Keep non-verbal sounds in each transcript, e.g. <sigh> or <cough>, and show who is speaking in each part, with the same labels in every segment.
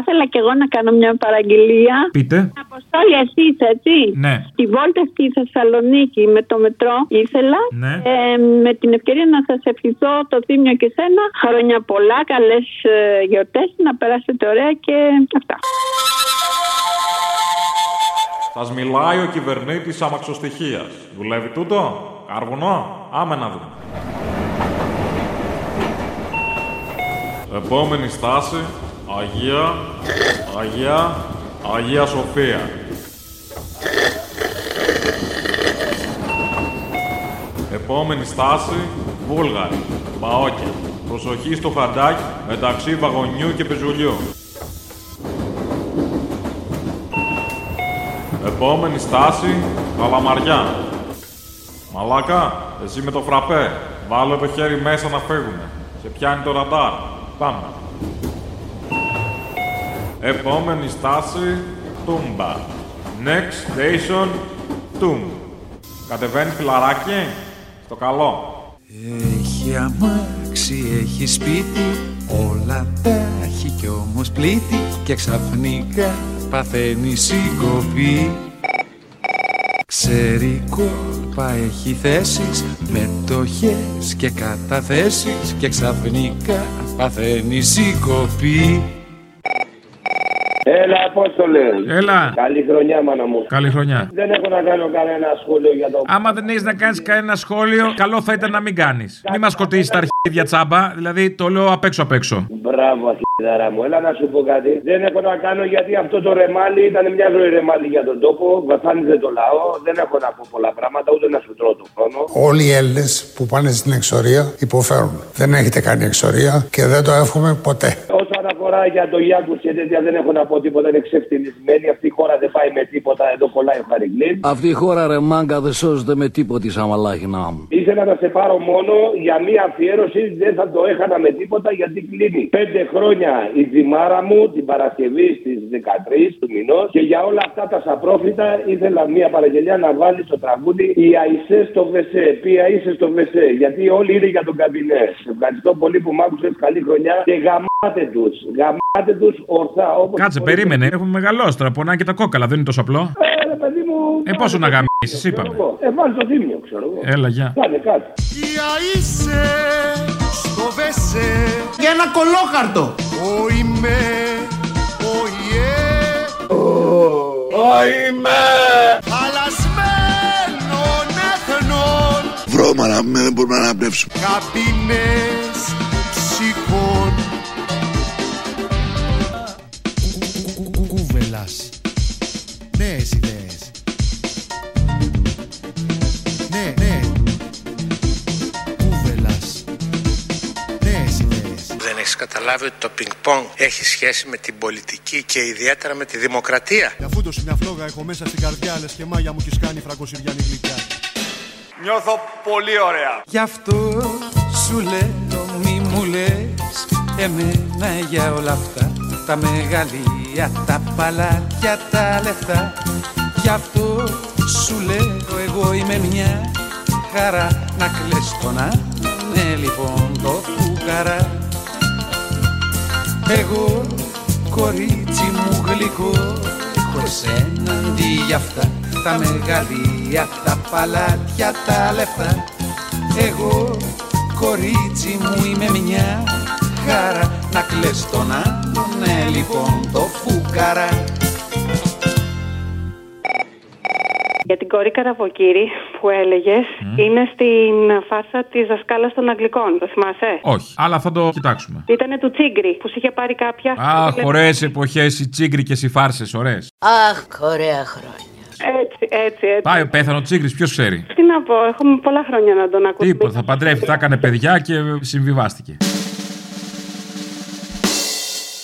Speaker 1: ήθελα και εγώ να κάνω μια παραγγελία.
Speaker 2: Πείτε.
Speaker 1: Αποστόλη, εσύ είσαι, έτσι.
Speaker 2: Ναι.
Speaker 1: Την βόλτα στη Θεσσαλονίκη με το μετρό ήθελα.
Speaker 2: Ναι.
Speaker 1: Ε, με την ευκαιρία να σας ευχηθώ το Θήμιο και σένα. Χρόνια πολλά, καλές γιορτές, να περάσετε ωραία και αυτά.
Speaker 3: Σας μιλάει ο κυβερνήτης αμαξοστοιχίας. Δουλεύει τούτο, καρβουνό, άμε να δούμε. Επόμενη στάση, Αγία, Αγία, Αγία Σοφία. Επόμενη στάση, Βούλγαρη, Μπαόκια. Προσοχή στο χαντάκι μεταξύ βαγονιού και πεζουλιού. Επόμενη στάση, Καλαμαριά. Μαλάκα, εσύ με το φραπέ. Βάλε το χέρι μέσα να φύγουμε. Σε πιάνει το ραντάρ. Πάμε. Επόμενη στάση, Τούμπα. Next station, Τούμ. Κατεβαίνει φιλαράκι, στο καλό.
Speaker 4: Έχει αμάξι, έχει σπίτι, όλα τα έχει κι όμως πλήτη και ξαφνικά παθαίνει συγκοπή. Ξέρει κόλπα έχει θέσεις, μετοχές και καταθέσεις και ξαφνικά παθαίνει συγκοπή.
Speaker 5: Έλα, Απόστολε.
Speaker 2: Έλα.
Speaker 5: Καλή χρονιά, μάνα μου.
Speaker 2: Καλή χρονιά.
Speaker 5: Δεν έχω να κάνω κανένα σχόλιο για το.
Speaker 2: Άμα δεν έχεις να κάνεις κανένα σχόλιο, καλό θα ήταν να μην κάνεις. Μην μας σκοτήσεις τα αρχίδια τσάμπα, δηλαδή το λέω απ' έξω απ' έξω.
Speaker 5: Μπράβο, αρχιδάρα μου. Έλα να σου πω κάτι. Δεν έχω να κάνω γιατί αυτό το ρεμάλι ήταν μια ζωή ρεμάλι για τον τόπο. Βασάνιζε το λαό. Δεν έχω να πω πολλά πράγματα, ούτε να σου τρώω τον χρόνο.
Speaker 6: Όλοι οι Έλληνες που πάνε στην εξορία υποφέρουν. Δεν έχετε κάνει εξορία και δεν το εύχομαι ποτέ.
Speaker 5: Όσον αφορά για το Γιάνκου και τέτοια, δεν έχω να πω τίποτα. Είναι ξεφτυλισμένη. Αυτή η χώρα δεν πάει με τίποτα. Εδώ κολλάει ο Χαριγκλίν.
Speaker 7: Αυτή η χώρα ρε μάγκα δεν σώζεται με τίποτη σαν μαλάχινά μου.
Speaker 5: Ήθελα να σε πάρω μόνο για μία αφιέρωση, δεν θα το έχανα με τίποτα γιατί κλείνει. Πέντε χρόνια η ζυμάρα μου την Παρασκευή στις 13 του μηνός και για όλα αυτά τα σαπρόφυτα ήθελα μία παραγγελιά να βάλει στο τραγούδι Η Αϊσέ στο Βεσέ. Ποια είσαι στο Βεσέ, γιατί όλοι είναι για τον καμπινέ. Σε ευχαριστώ πολύ που μ' άκουσες καλή χρονιά και γαμάτε τους. Γαμάτε τους ορθά όπως.
Speaker 2: Κάτσε, περίμενε. Έχουμε μεγαλώσει τώρα. Πονάει και τα κόκαλα, δεν είναι τόσο απλώ.
Speaker 5: Ε, ρε παιδί μου.
Speaker 2: Ε, πόσο να γαμίσεις, είπαμε.
Speaker 5: Ε, βάλει το θύμιο, ξέρω εγώ.
Speaker 2: Έλα, γεια.
Speaker 5: Κάνε κάτι.
Speaker 8: Ποια είσαι στο βεσέ Για ένα κολόχαρτο Ο είμαι, ο ιέ Ο είμαι Χαλασμένων εθνών
Speaker 9: Βρω μαραμένο, δεν μπορούμε να αναπνεύσουμε.
Speaker 8: Καπίνες ψυχών Κούβελας Νέες ιδέες Ναι, ναι Κούβελας Νέες ιδέες
Speaker 10: Δεν έχει καταλάβει ότι το πινκ-πονγκ έχει σχέση με την πολιτική και ιδιαίτερα με τη δημοκρατία.
Speaker 8: Για φούντος μια φλόγα έχω μέσα στην καρδιά Λες και μάγια μου σκάνει φραγκοσυριανή γλυκιά
Speaker 3: Νιώθω πολύ ωραία.
Speaker 4: Γι' αυτό σου λέω μη μου λες Εμένα για όλα αυτά Τα μεγαλεία, τα παλάτια, τα λεφτά Γι' αυτό σου λέω εγώ είμαι μια χαρά Να κλαις το να ναι λοιπόν το φουκαρά Εγώ κορίτσι μου γλυκό Έχω σένα αντί για αυτά Τα μεγαλεία, τα παλάτια, τα λεφτά Εγώ κορίτσι μου είμαι μια χαρά Να κλαις τον άλλον, ναι λοιπόν το φουκαρά
Speaker 11: Για την κόρη Καραβοκύρη που έλεγες,
Speaker 2: Mm.
Speaker 11: είναι στην φάρσα της δασκάλας των Αγγλικών. Το θυμάσαι.
Speaker 2: Όχι, αλλά θα το κοιτάξουμε.
Speaker 11: Ήτανε του Τσίγκρι που σου είχε πάρει κάποια.
Speaker 2: Αχ,
Speaker 11: Ήθελε-
Speaker 2: ωραίε εποχές, οι τσίγκρι και οι φάρσες, ωραίες.
Speaker 12: Αχ, ωραία χρόνια.
Speaker 11: Έτσι, έτσι, έτσι.
Speaker 2: Πάει, πέθανε ο τσίγκρις, ποιος ξέρει.
Speaker 11: Τι να πω, έχουμε πολλά χρόνια να τον ακούσουμε.
Speaker 2: Τίποτα, θα παντρεύει, θα έκανε παιδιά και συμβιβάστηκε.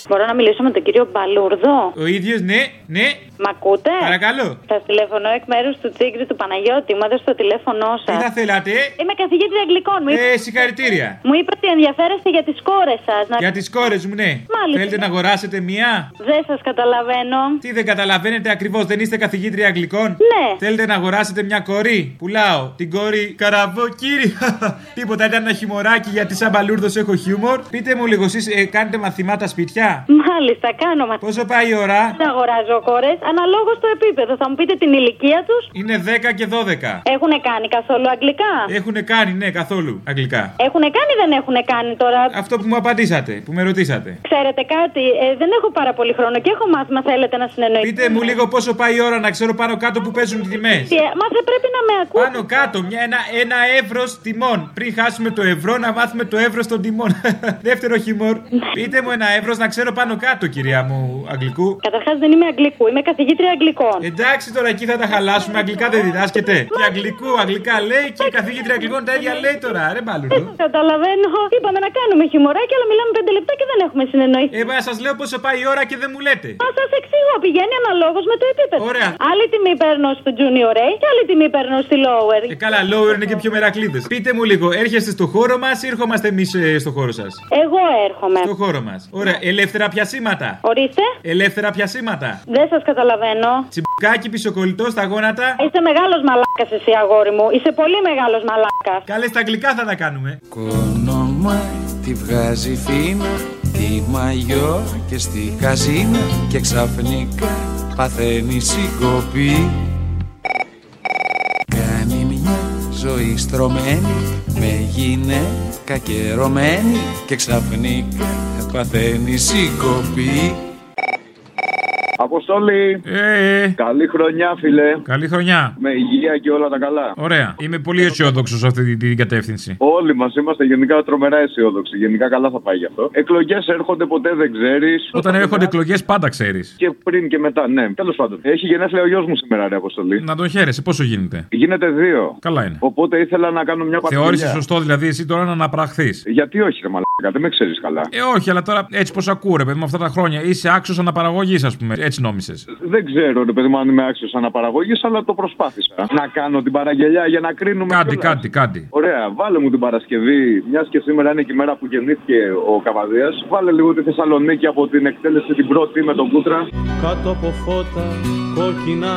Speaker 13: Μπορώ να μιλήσω με τον κύριο Μπαλούρδο.
Speaker 2: Ο ίδιος, ναι, ναι,
Speaker 13: Μ' ακούτε?
Speaker 2: παρακαλώ.
Speaker 13: Σα τηλεφωνώ εκ μέρους του Τσίγκρι του Παναγιώτη. Μου έδωσε το τηλέφωνό σα.
Speaker 2: Τι θα θέλατε,
Speaker 13: Είμαι καθηγήτρια αγγλικών. Μου, είπε...
Speaker 2: ε, συγχαρητήρια.
Speaker 13: μου είπε ότι ενδιαφέρεστε για τις κόρες σας. Να...
Speaker 2: Για τις κόρες μου, ναι.
Speaker 13: Μάλιστα.
Speaker 2: Θέλετε να αγοράσετε μία.
Speaker 13: Δεν σας καταλαβαίνω.
Speaker 2: Τι δεν καταλαβαίνετε ακριβώς, δεν είστε καθηγήτρια αγγλικών.
Speaker 13: Ναι, Ναι.
Speaker 2: Θέλετε να αγοράσετε μια κορή. Πουλάω την κόρη Καραβοκύρη. <laughs> Τίποτα, ήταν ένα χιουμοράκι γιατί σαν μπαλούρδο έχω χιούμορ. Πείτε μου λίγο, εσείς κάνετε μαθημάτα σπιτιά.
Speaker 13: Μάλιστα, κάνω μα.
Speaker 2: Πόσο πάει η ώρα.
Speaker 13: Δεν αγοράζω κόρες, αναλόγως το επίπεδο. Θα μου πείτε την ηλικία τους.
Speaker 2: Είναι 10 και 12.
Speaker 13: Έχουν κάνει καθόλου αγγλικά.
Speaker 2: Έχουν κάνει, ναι, καθόλου αγγλικά.
Speaker 13: Έχουν κάνει ή δεν έχουν κάνει τώρα.
Speaker 2: Αυτό που μου απαντήσατε, που με ρωτήσατε.
Speaker 13: Ξέρετε κάτι, ε, δεν έχω πάρα πολύ χρόνο και έχω μάθημα. Θέλετε να συνεννοηθείτε.
Speaker 2: Πείτε μου λίγο πόσο πάει η ώρα να ξέρω πάνω κάτω που παίζουν οι τιμές.
Speaker 13: Ε, Μα δεν πρέπει να με ακούτε.
Speaker 2: Πάνω κάτω, μια, ένα, ένα εύρο τιμών. Πριν χάσουμε το ευρώ, να μάθουμε το εύρο των τιμών. <laughs> Δεύτερο χιμόρ. Πείτε μου ένα εύρο να ξέρω πάνω κάτω, κυρία μου Αγγλικού.
Speaker 13: Καταρχάς δεν είμαι Αγγλικού, είμαι καθηγήτρια Αγγλικών.
Speaker 2: Εντάξει τώρα εκεί θα τα χαλάσουμε. Αγγλικά δεν διδάσκεται. Και Αγγλικού, Αγγλικά λέει και η καθηγήτρια Αγγλικών τα ίδια λέει τώρα. Ρε μπαλούρδο.
Speaker 13: Καταλαβαίνω. Είπαμε να κάνουμε χιουμοράκι, αλλά μιλάμε πέντε λεπτά και δεν έχουμε συνεννοηθεί.
Speaker 2: Ε, μα σας λέω πόσο πάει η ώρα και δεν μου λέτε.
Speaker 13: Μα σας εξηγώ, πηγαίνει αναλόγως με το επίπεδο.
Speaker 2: Ωραία.
Speaker 13: Άλλη τιμή παίρνω στο junior A και άλλη τιμή παίρνω στη lower.
Speaker 2: Ε, καλά, lower είναι και πιο μερακλείδες. Πείτε μου λίγο, έρχεστε στο χώρο μας ή ερχόμαστε εμείς στο χώρο σας.
Speaker 13: Εγώ έρχομαι.
Speaker 2: Στο χώρο μας. Ωραία, ελεύθερα πιασήματα.
Speaker 13: Ορίστε.
Speaker 2: Ελεύθερα πιασήματα.
Speaker 13: Δεν σας καταλαβαίνω.
Speaker 2: Τσιμπουκάκι πισοκολλητό στα γόνατα.
Speaker 13: Είσαι μεγάλος μαλάκας εσύ, αγόρι μου. Είσαι πολύ μεγάλος μαλάκας.
Speaker 2: Καλές στα αγγλικά θα τα κάνουμε.
Speaker 4: Κονομά τη βγάζει φίνα Τη μαγιό και στη καζίνα Και ξαφνικά παθαίνει συγκοπή Κάνει μια ζωή στρωμένη Με γυναίκα και ρωμένη Και ξαφνικά παθαίνει συγκοπή
Speaker 14: Αποστολή.
Speaker 2: Ε, ε.
Speaker 14: Καλή χρονιά, φίλε.
Speaker 2: Καλή χρονιά.
Speaker 14: Με υγεία και όλα τα καλά.
Speaker 2: Ωραία. Είμαι πολύ αισιόδοξος σε αυτή την- την κατεύθυνση.
Speaker 14: Όλοι μας είμαστε γενικά τρομερά αισιόδοξοι. Γενικά καλά θα πάει γι' αυτό. Εκλογές έρχονται, ποτέ δεν ξέρεις.
Speaker 2: Όταν έρχονται εκλογές, πάντα ξέρεις.
Speaker 14: Και πριν και μετά, ναι. Τέλος πάντων. Έχει γενέθλια ο γιος μου σήμερα, ρε Αποστολή.
Speaker 2: Να τον χαίρεσαι, πόσο γίνεται.
Speaker 14: Γίνεται δύο.
Speaker 2: Καλά είναι.
Speaker 14: Οπότε ήθελα να κάνω μια παρτίδα.
Speaker 2: Θεώρησε σωστό δηλαδή εσύ τώρα να αναπραχθείς.
Speaker 14: Γιατί όχι, ρε Μαλάκα, δεν με ξέρεις καλά.
Speaker 2: Ε, όχι, αλλά τώρα έτσι πώ ακούω, ρε παιδί μου, αυτά τα χρόνια. Είσαι άξιος αναπαραγωγής, ας πούμε. Έτσι νόμισες.
Speaker 14: Δεν ξέρω, ρε παιδί μου, αν είμαι άξιος αναπαραγωγής, αλλά το προσπάθησα. Να κάνω την παραγγελιά για να κρίνουμε.
Speaker 2: Κάτι,
Speaker 14: κιόλας.
Speaker 2: κάτι, κάτι.
Speaker 14: Ωραία, βάλε μου την Παρασκευή, μιας και σήμερα είναι και η μέρα που γεννήθηκε ο Καβαδία. Βάλε λίγο τη Θεσσαλονίκη από την εκτέλεση την πρώτη με τον Κούτρα.
Speaker 15: Κάτω από φώτα κόκκινα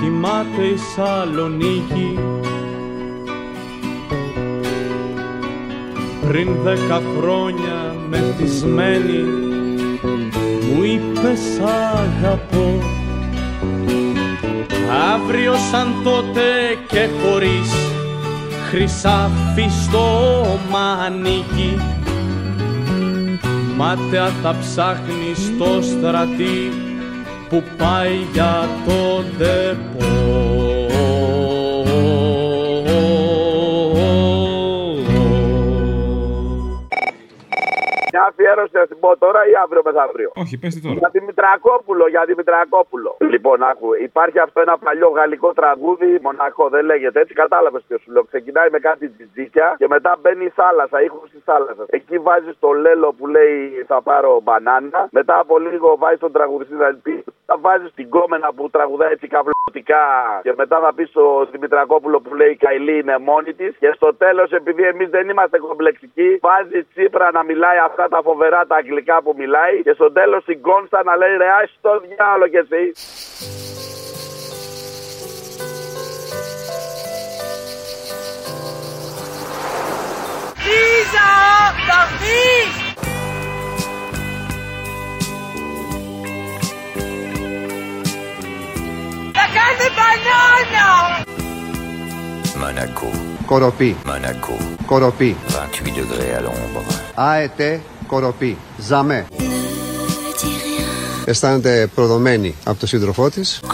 Speaker 15: κοιμάται η Σαλονίκη Πριν δέκα χρόνια μεθυσμένη μου είπες σ' αγαπώ Αύριο σαν τότε και χωρίς χρυσάφι στο μανίκι Μάταια θα ψάχνεις στο στρατή που πάει για το ντεπό.
Speaker 16: Μια αφιέρωση θα την πω τώρα ή αύριο μεθαύριο.
Speaker 2: Όχι, πες τώρα.
Speaker 16: Για Δημητρακόπουλο, για Δημητρακόπουλο. Λοιπόν, άκου, υπάρχει αυτό ένα παλιό γαλλικό τραγούδι, μοναχό, δεν λέγεται έτσι, κατάλαβες ποιος σου λέω. Ξεκινάει με κάτι τζιτζίκια και μετά μπαίνει η θάλασσα, ήχος της θάλασσας. Εκεί βάζει το λέλο που λέει θα πάρω μπανάνα, μετά από λίγο βάζει τον τραγουδιστή να πει, θα βάζεις την κόμενα που τραγουδάει έτσι καβλωτικά και μετά θα πεις στο Δημητρακόπουλο που λέει η Καηλή είναι μόνη της και στο τέλος επειδή εμείς δεν είμαστε κομπλεξικοί, βάζει Τσίπρα να μιλάει αυτά τα φοβερά τα αγγλικά που μιλάει και στο τέλος την Κόνστα να λέει ρε άσε το διάλογο και εσύ.
Speaker 17: These are the bees! Τα κάντε μπανάνα!
Speaker 18: Monaco. Coropi. Monaco. Coropi. 28 degrés à l'ombre.
Speaker 6: Α, ετέ, κοροπή, ζαμέ. Αισθάνεται προδομένη από τον σύντροφό της.
Speaker 17: Embrasse-moi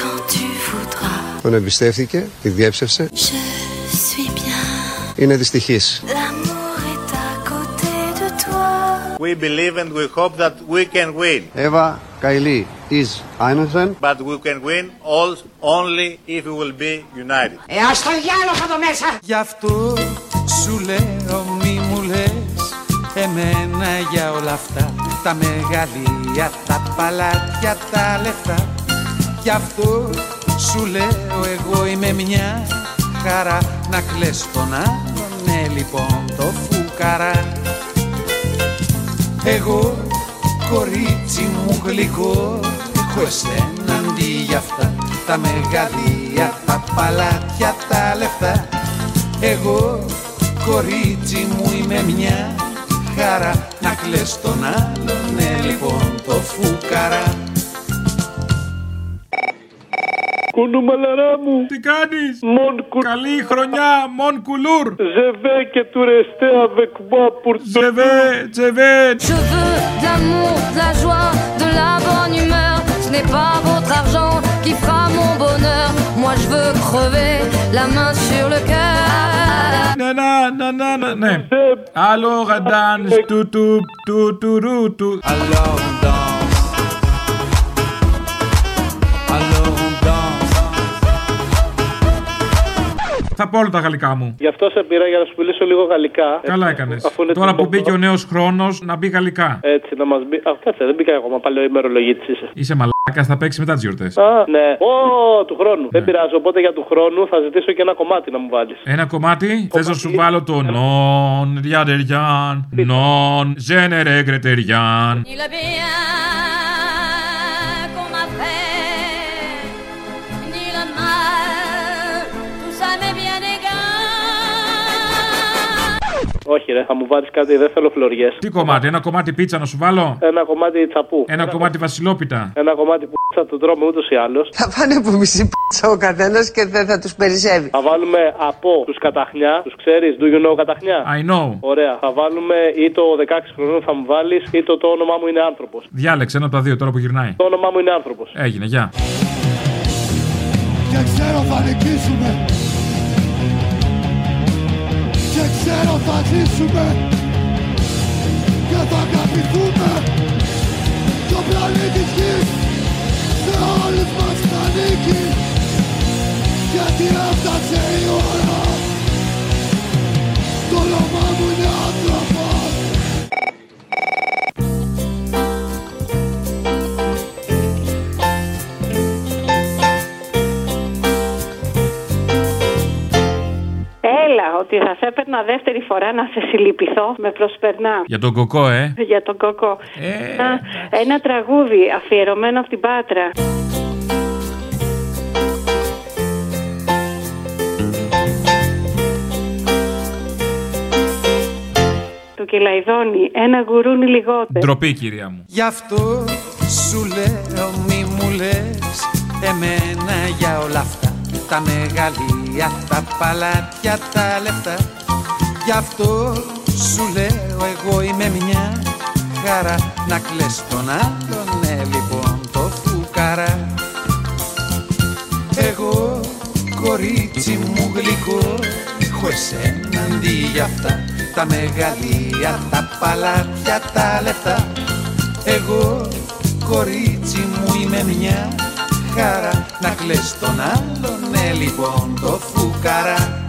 Speaker 17: quand tu voudras.
Speaker 6: Τον εμπιστεύτηκε, τη διέψευσε.
Speaker 17: Je suis bien.
Speaker 6: Είναι δυστυχής.
Speaker 17: L'amour est à côté de toi.
Speaker 19: We believe and we hope that we can win.
Speaker 6: Εύα Καηλή is Άινενσεν.
Speaker 19: But we can win all, only if we will be united.
Speaker 4: Ε, ας το διάλογο εδώ μέσα! Γι' αυτό σου λέω μη μου λες Εμένα για όλα αυτά Τα μεγαλεία, τα παλάτια, τα λεφτά Γι' αυτό σου λέω εγώ είμαι μια χαρά Να κλαις τον άλλον, ναι λοιπόν το φουκαρά Εγώ κορίτσι μου γλυκό Έχω εσέναν για αυτά τα μεγαλεία, τα παλάτια, τα λεφτά. Εγώ, κορίτσι μου, είμαι μια χαρά να κλαις τον άλλον, ναι λοιπόν το φουκαρά.
Speaker 20: Κουνουμαλαρά μου.
Speaker 21: Τι κάνεις.
Speaker 20: Μον κου...
Speaker 21: Καλή χρονιά, μον κουλούρ.
Speaker 20: Ζεβέ και του ρεστέ avec moi pour
Speaker 21: Ζεβέ, ζεβέ.
Speaker 17: Je veux de l'amour, de la joie, de la bonne humeur. Ce n'est pas votre argent qui fera mon bonheur. Moi je veux crever la main sur le cœur.
Speaker 21: Ναι, να, να, να, να, ναι. Άλλο γαντάν,
Speaker 20: Ε,
Speaker 21: του, του, του, του, ρου, του.
Speaker 4: Alors on danse. Alors on danse.
Speaker 21: Θα πω όλα τα γαλλικά μου.
Speaker 20: Γι' αυτό σε πήρα για να σου μιλήσω λίγο γαλλικά.
Speaker 21: Καλά
Speaker 20: Έτσι,
Speaker 21: έκανες.
Speaker 20: Ε, αφού είναι
Speaker 21: Τώρα
Speaker 20: το- Ε.
Speaker 21: που μπήκε ο νέος χρόνος, να μπει γαλλικά.
Speaker 20: Έτσι, να μας μπει. Α, κάτσε, δεν μπήκα ακόμα παλαιό ημερολογήτη είσαι.
Speaker 21: Είσαι μαλάκας, θα παίξεις μετά τις γιορτές.
Speaker 20: Α, ναι. Ω, του χρόνου.
Speaker 21: Ναι.
Speaker 20: Δεν πειράζει, οπότε για του χρόνου θα ζητήσω και ένα κομμάτι να μου βάλεις.
Speaker 21: Ένα κομμάτι, θες να
Speaker 20: Ε.
Speaker 21: σου βάλω το non διαδεριάν, non genere
Speaker 20: Ε.
Speaker 21: greterian.
Speaker 17: Il a bien qu'on m'appelle, ni le mal, tout ça m'est bien égal.
Speaker 20: Όχι, ρε, θα μου βάλεις κάτι, δεν θέλω φλωριές.
Speaker 21: Τι κομμάτι, ένα κομμάτι πίτσα να σου βάλω.
Speaker 20: Ένα κομμάτι τσαπού.
Speaker 21: Ένα κομμάτι βασιλόπιτα.
Speaker 20: Ένα κομμάτι που θα τον τρώμε ούτως ή άλλως.
Speaker 22: Θα πάνε από μισή πίτσα ο καθένας και δεν θα τους περισσεύει.
Speaker 20: Θα βάλουμε από τους καταχνιά. Τους ξέρεις, do you know καταχνιά.
Speaker 21: I know.
Speaker 20: Ωραία. Θα βάλουμε ή το 16 χρονών θα μου βάλεις ή το, το όνομά μου είναι άνθρωπος.
Speaker 21: Διάλεξε ένα από τα δύο τώρα που γυρνάει.
Speaker 20: Το όνομά μου είναι άνθρωπος.
Speaker 21: Έγινε, γεια.
Speaker 9: Και ξέρω θα νικήσουμε Και ξέρω θα ζήσουμε Και θα αγαπηθούμε Το πλανήτη γης Σε όλους μας θα ανήκει Γιατί έφτασε η ώρα Το λαιμά μου είναι άνθρωπος
Speaker 11: Έλα, ότι θα σε έπαιρνα δεύτερη φορά να σε συλληπιθώ. Με προσπερνά.
Speaker 21: Για τον κοκό, ε.
Speaker 11: Για τον κοκό.
Speaker 20: Ε.
Speaker 11: ένα, ένα τραγούδι αφιερωμένο από την Πάτρα. Του Κελαϊδόνη, ένα γουρούνι λιγότερο.
Speaker 21: Ε, Ντροπή, κυρία μου.
Speaker 4: Γι' αυτό σου λέω μη μου λες Εμένα για όλα αυτά Τα μεγαλεία, τα παλάτια, τα λεφτά Γι' αυτό σου λέω εγώ είμαι μια χαρά Να κλαις τον άλλον, ναι λοιπόν το φουκαρά Εγώ κορίτσι μου γλυκό Έχω εσένα αντί για αυτά Τα μεγαλεία, τα παλάτια, τα λεφτά Εγώ κορίτσι μου είμαι μια χαρά Να κλαις τον άλλον, ναι λοιπόν το ε, φουκαρά